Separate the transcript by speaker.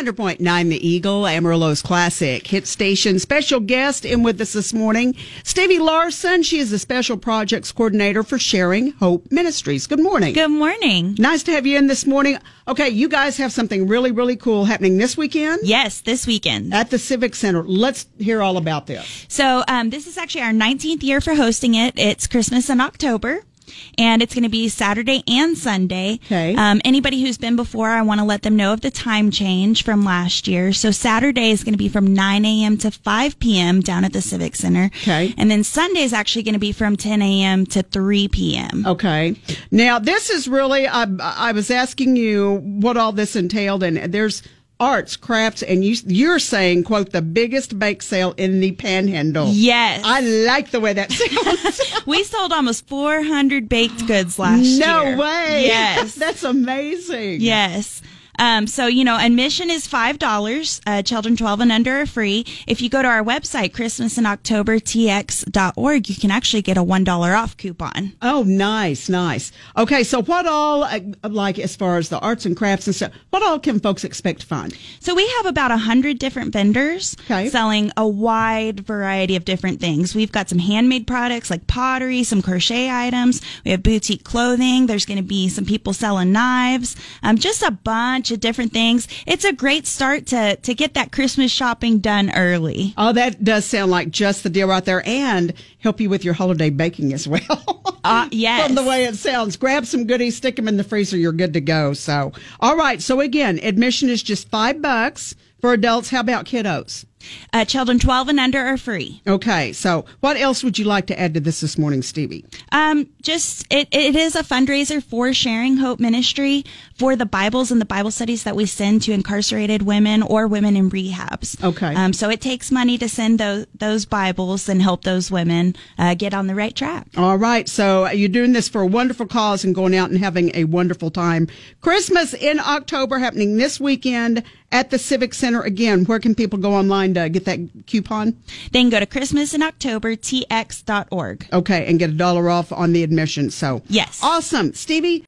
Speaker 1: 100.9 The Eagle, Amarillo's Classic Hit Station. Special guest in with us this morning, Stevie Larson. She is the Special Projects Coordinator for Sharing Hope Ministries. Good morning.
Speaker 2: Good morning.
Speaker 1: Nice to have you in this morning. Okay, you guys have something really, really cool happening this weekend
Speaker 2: Yes, this weekend.
Speaker 1: at the Civic Center. Let's hear all about this.
Speaker 2: So um, this is actually our 19th year for hosting it. It's Christmas in October. And it's going to be Saturday and Sunday.
Speaker 1: Okay.
Speaker 2: Um, anybody who's been before, I want to let them know of the time change from last year. So Saturday is going to be from 9 a.m. to 5 p.m. down at the Civic Center.
Speaker 1: Okay.
Speaker 2: And then Sunday is actually going to be from 10 a.m. to 3 p.m.
Speaker 1: Oh. Okay. Now, this is really, I, I was asking you what all this entailed, and there's arts, crafts, and you, you're saying, quote, the biggest bake sale in the panhandle.
Speaker 2: Yes.
Speaker 1: I like the way that sounds.
Speaker 2: we sold almost 400 baked goods last
Speaker 1: no
Speaker 2: year.
Speaker 1: way.
Speaker 2: Yes.
Speaker 1: That's amazing.
Speaker 2: Yes. Um, so, you know, admission is $5. Uh, children 12 and under are free. If you go to our website, christmasinoctobertx.org, you can actually get a $1 off coupon.
Speaker 1: Oh, nice, nice. Okay, so what all, uh, like as far as the arts and crafts and stuff, what all can folks expect to find?
Speaker 2: So we have about 100 different vendors
Speaker 1: Okay.
Speaker 2: selling a wide variety of different things. We've got some handmade products like pottery, some crochet items. We have boutique clothing. There's going to be some people selling knives, um, just a bunch of different things. It's a great start to, to get that Christmas shopping done early.
Speaker 1: Oh, that does sound like just the deal right there and help you with your holiday baking as well.
Speaker 2: Uh, yes.
Speaker 1: From the way it sounds, grab some goodies, stick them in the freezer, you're good to go. So, all right. So again, admission is just five bucks for adults. How about kiddos?
Speaker 2: Uh, children 12 and under are free.
Speaker 1: Okay. So what else would you like to add to this this morning, Stevie?
Speaker 2: Um, just it, it is a fundraiser for Sharing Hope Ministry for the Bibles and the Bible studies that we send to incarcerated women or women in rehabs.
Speaker 1: Okay.
Speaker 2: Um, so it takes money to send those those Bibles and help those women uh, get on the right track.
Speaker 1: All right. So you're doing this for a wonderful cause and going out and having a wonderful time. Christmas in October happening this weekend at the Civic Center. Again, where can people go online to get that coupon?
Speaker 2: Then go to Christmas in October tx.org.
Speaker 1: Okay, and get a dollar off on the admission. So
Speaker 2: Yes.
Speaker 1: awesome, Stevie.